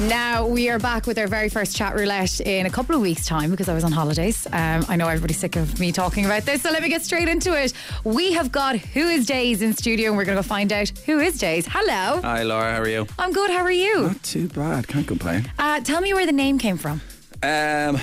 Now we are back with our very first chat roulette in a couple of weeks' time because I was on holidays. Um, I know everybody's sick of me talking about this, so let me get straight into it. We have got Who is Days in studio, and we're going to go find out who is Days. Hello, Hi, Laura. How are you? I'm good. How are you? Not too bad. Can't complain. Uh, tell me where the name came from. Um,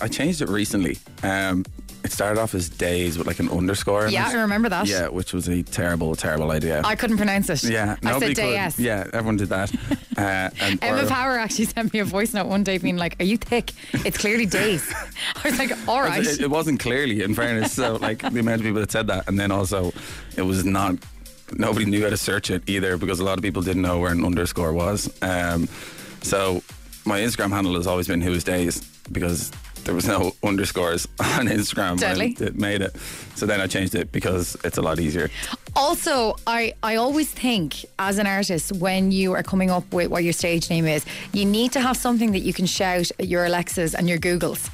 I changed it recently. Um, it started off as days with like an underscore. in Yeah, it. I remember that. Yeah, which was a terrible, terrible idea. I couldn't pronounce it. yeah, I nobody said could. Days. Yeah, everyone did that. uh, and Emma or- Power actually sent me a voice note one day being like, Are you thick? It's clearly days. I was like, All right. It, it wasn't clearly, in fairness. So, like, the amount of people that said that, and then also, it was not. Nobody knew how to search it either because a lot of people didn't know where an underscore was. Um, so, my Instagram handle has always been Who's Days because there was no underscores on Instagram Deadly. when it made it. So then I changed it because it's a lot easier. Also, I, I always think as an artist, when you are coming up with what your stage name is, you need to have something that you can shout at your Alexas and your Googles.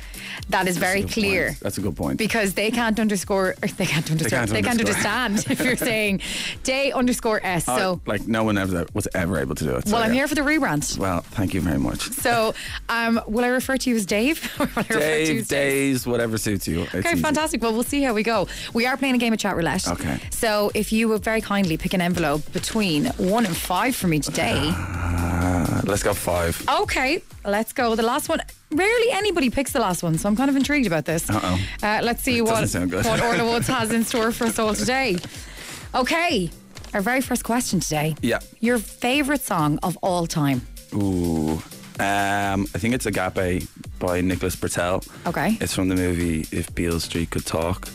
That is very Good clear. point. That's a good point. Because they can't underscore, or they can't understand. can't They can't, underscore. understand if you're saying day underscore s. Uh, so, like, no one ever was ever able to do it. so well, I'm yeah. here for the rebrand. Well, thank you very much. So, um, will I refer to you as Dave? Or will I refer to you Dave, as Dave? days, whatever suits you. It's Okay, easy. fantastic. Well, we'll see how we go. We are playing a game of chat roulette. Okay. So if you would very kindly pick an envelope between one and five for me today. Uh, let's go five. okay, let's go. The last one. Rarely anybody picks the last one, so I'm kind of intrigued about this. Uh-oh. Uh, let's see what, doesn't sound good. what Orla Woods has in store for us all today. Okay, our very first question today. Yeah. Your favourite song of all time. Ooh. Um, I think it's Agape by Nicholas Bertel. Okay. It's from the movie If Beale Street Could Talk.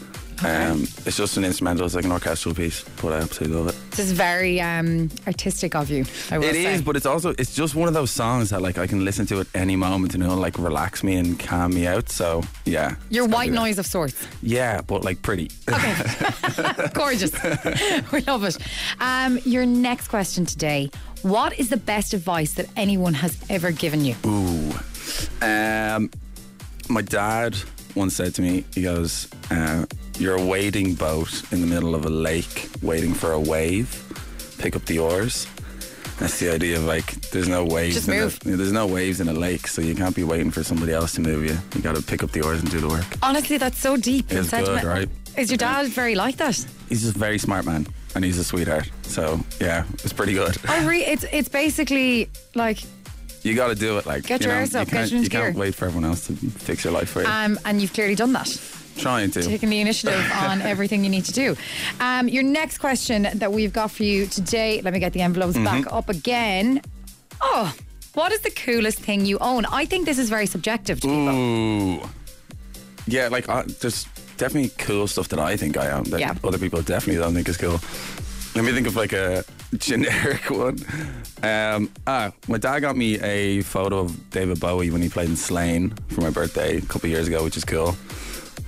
Um, it's just an instrumental, it's like an orchestral piece, but I absolutely love it. This is very um, artistic of you, I will It say. is, but it's also it's just one of those songs that like I can listen to at any moment and it'll like relax me and calm me out. So yeah. Your it's gotta white be that. noise of sorts. Yeah, but like pretty. Gorgeous. we love it. Um, your next question today. What is the best advice that anyone has ever given you? Ooh. Um, my dad once said to me, he goes, uh, You're a wading boat in the middle of a lake waiting for a wave. Pick up the oars. That's the idea of like, there's no waves. Just in move. A, there's no waves in a lake, so you can't be waiting for somebody else to move you. You got to pick up the oars and do the work. Honestly, that's so deep and It's good, sentimental. right? Is your dad very like that? He's just a very smart man, and he's a sweetheart. So yeah, it's pretty good. I re- it's it's basically like You got to do it. Like, Get you your know, oars up, you get can't, your you can't gear. wait for everyone else to fix your life for you. um, and you've clearly done that. Trying to. Taking the initiative on everything you need to do. Um, your next question that we've got for you today. Let me get the envelopes Mm-hmm. back up again. Oh, what is the coolest thing you own? I think this is very subjective to people. Ooh. Yeah, like I, there's definitely cool stuff that I think I am that Yeah. other people definitely don't think is cool. Let me think of like a generic one. Um, ah, my dad got me a photo of David Bowie when he played in Slane for my birthday a couple of years ago, which is cool.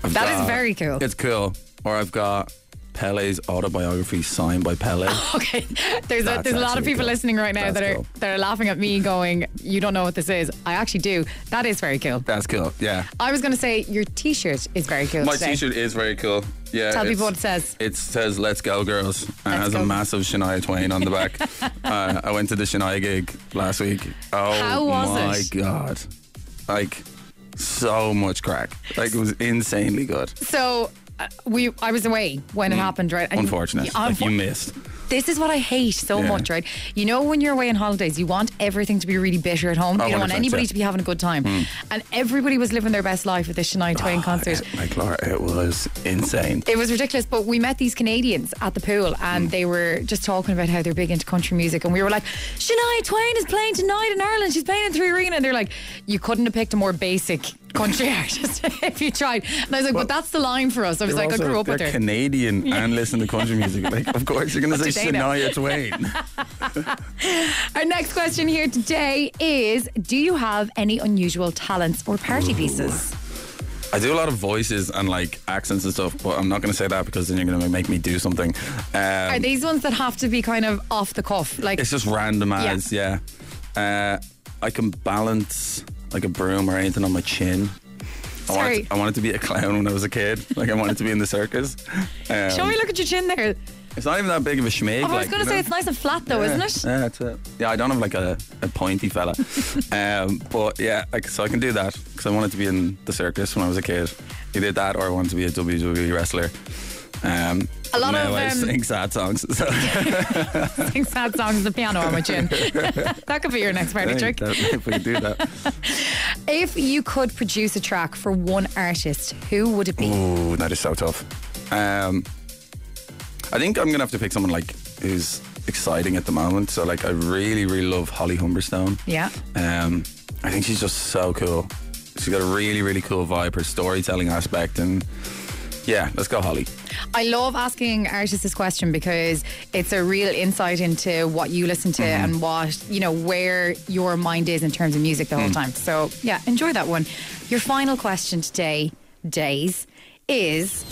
I've That is very cool. It's cool. Or I've got Pele's autobiography signed by Pele. Okay, there's a, That's there's a lot of actually people cool. listening right now That's that are cool. that are laughing at me, going, "You don't know what this is." I actually do. That is very cool. That's cool. Yeah. I was going to say your T-shirt is very cool. My today. T-shirt is very cool. Yeah, Tell it's- people what it says. It says "Let's Go Girls" and it Let's has go. a massive Shania Twain on the back. uh, I went to the Shania gig last week. Oh How was my it? god! Like so much crack. Like it was insanely good. So. Uh, we, I was away when it happened, right? And- Mm. Unfortunate, Yeah, like you unfor- missed. this is what I hate so Yeah. much, right? You know, when you're away on holidays, you want everything to be really bitter at home. Oh, you don't want 100%, anybody yeah. to be having a good time. Mm. And everybody was living their best life at this Shania Twain Ah, concert. Like Laura, it was insane. It was ridiculous, but we met these Canadians at the pool Mm. and they were just talking about how they're big into country music. And we were like, Shania Twain is playing tonight in Ireland. She's playing in Three Arena. And they're like, You couldn't have picked a more basic country artist if you tried. And I was like, But that's the line for us. I was They're like, I also- grew up with they're her. Canadian and listen to country music. Like, of course, you're going What to do say they know? Shania Twain. Our next question here today is Do you have any unusual talents or party pieces? um, I do a lot of voices and like accents and stuff, but I'm not going to say that because then you're going to make me do something. Um, Are these ones that have to be kind of off the cuff? Like, It's just random as, yeah. Uh, I can balance like a broom or anything on my chin. I Sorry. wanted, I wanted to be a clown when I was a kid. Like I wanted to be in the circus. Um, show me, look at your chin there. It's not even that big of a schmig. Oh, I was like, going to you say know? it's nice and flat though, yeah, isn't it? Yeah, that's it. Yeah, I don't have like a, a pointy fella. um, but yeah, like, so I can do that because I wanted to be in the circus when I was a kid. Either that or I wanted to be a WWE wrestler. Um, A lot now of, I um, sing sad songs. So Sing sad songs to the piano on my chin. that could be your next party trick. that- if we could do that. If you could produce a track for one artist, who would it be? Ooh, that is so tough. Um, I think I'm gonna have to pick someone like who's exciting at the moment. So like, I really, really love Holly Humberstone. Yeah. Um, I think she's just so cool. She's got a really, really cool vibe. Her storytelling aspect, and yeah, let's go, Holly. I love asking artists this question because it's a real insight into what you listen to Mm-hmm. and what, you know, where your mind is in terms of music the whole Mm. time. So, yeah, enjoy that one. Your final question today, Days, is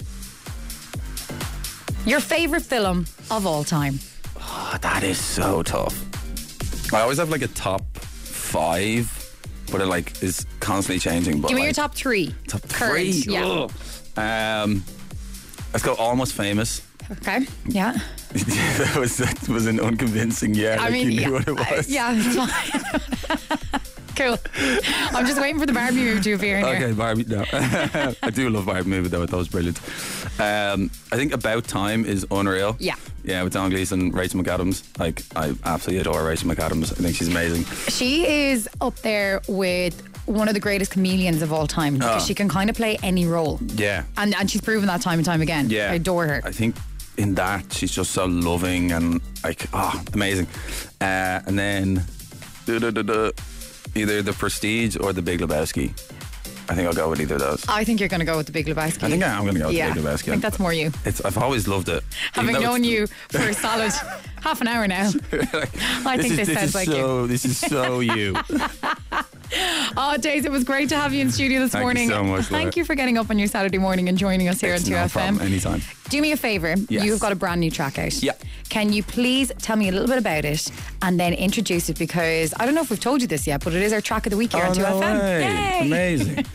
your favorite film of all time. Oh, that is so tough. I always have like a top five, but it like is constantly changing. But Give me your like, top three. top Current, three. Yeah. Ugh. Um, let's go. Almost famous. Okay. Yeah. that was that was an unconvincing yeah. I like mean, you knew yeah, what it I- was. yeah, it's fine. cool. I'm just waiting for the Barbie movie to appear in here. Okay, Barbie. No, I do love Barbie movie though. I thought it was brilliant. Um, I think About Time is unreal. Yeah. yeah, with Don Gleason, Rachel McAdams. Like, I absolutely adore Rachel McAdams. I think she's amazing. She is up there with one of the greatest comedians of all time because Oh. she can kind of play any role. Yeah, And, and she's proven that time and time again. yeah, I adore her. I think in that she's just so loving and like, ah, amazing. Uh, and then, duh-duh-duh-duh, either The Prestige or The Big Lebowski. I think I'll go with either of those. I think you're going to go with the Big Lebowski. I think I am going to go with Uh, yeah, The Big I Lebowski. think that's more you. It's, I've always loved it. Having Even though known it's- you for a solid half an hour now, I think this, sounds is like you. so, This is so you. Oh, Days, it was great to have you in studio this Thank you morning. so much, Thank Laura. you for getting up on your Saturday morning and joining us here It's on no 2FM. problem, anytime. Do me a favor. Yes. You've got a brand new track out. Yeah. Can you please tell me a little bit about it and then introduce it? Because I don't know if we've told you this yet, but it is our track of the week here on 2FM. Yay! Oh, Amazing.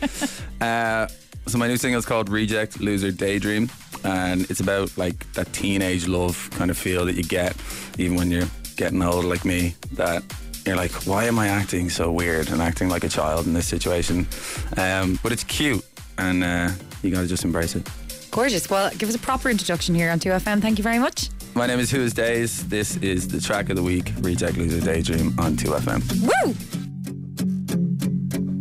uh, so my new single is called Reject Loser Daydream, and it's about like that teenage love kind of feel that you get even when you're getting old like me. That you're like, why am I acting so weird and acting like a child in this situation? Um, but it's cute, and uh, you gotta just embrace it. Gorgeous. Well, give us a proper introduction here on 2FM. Thank you very much. My name is Who's Days. This is the track of the week, Reject Loser Daydream on 2FM. Woo!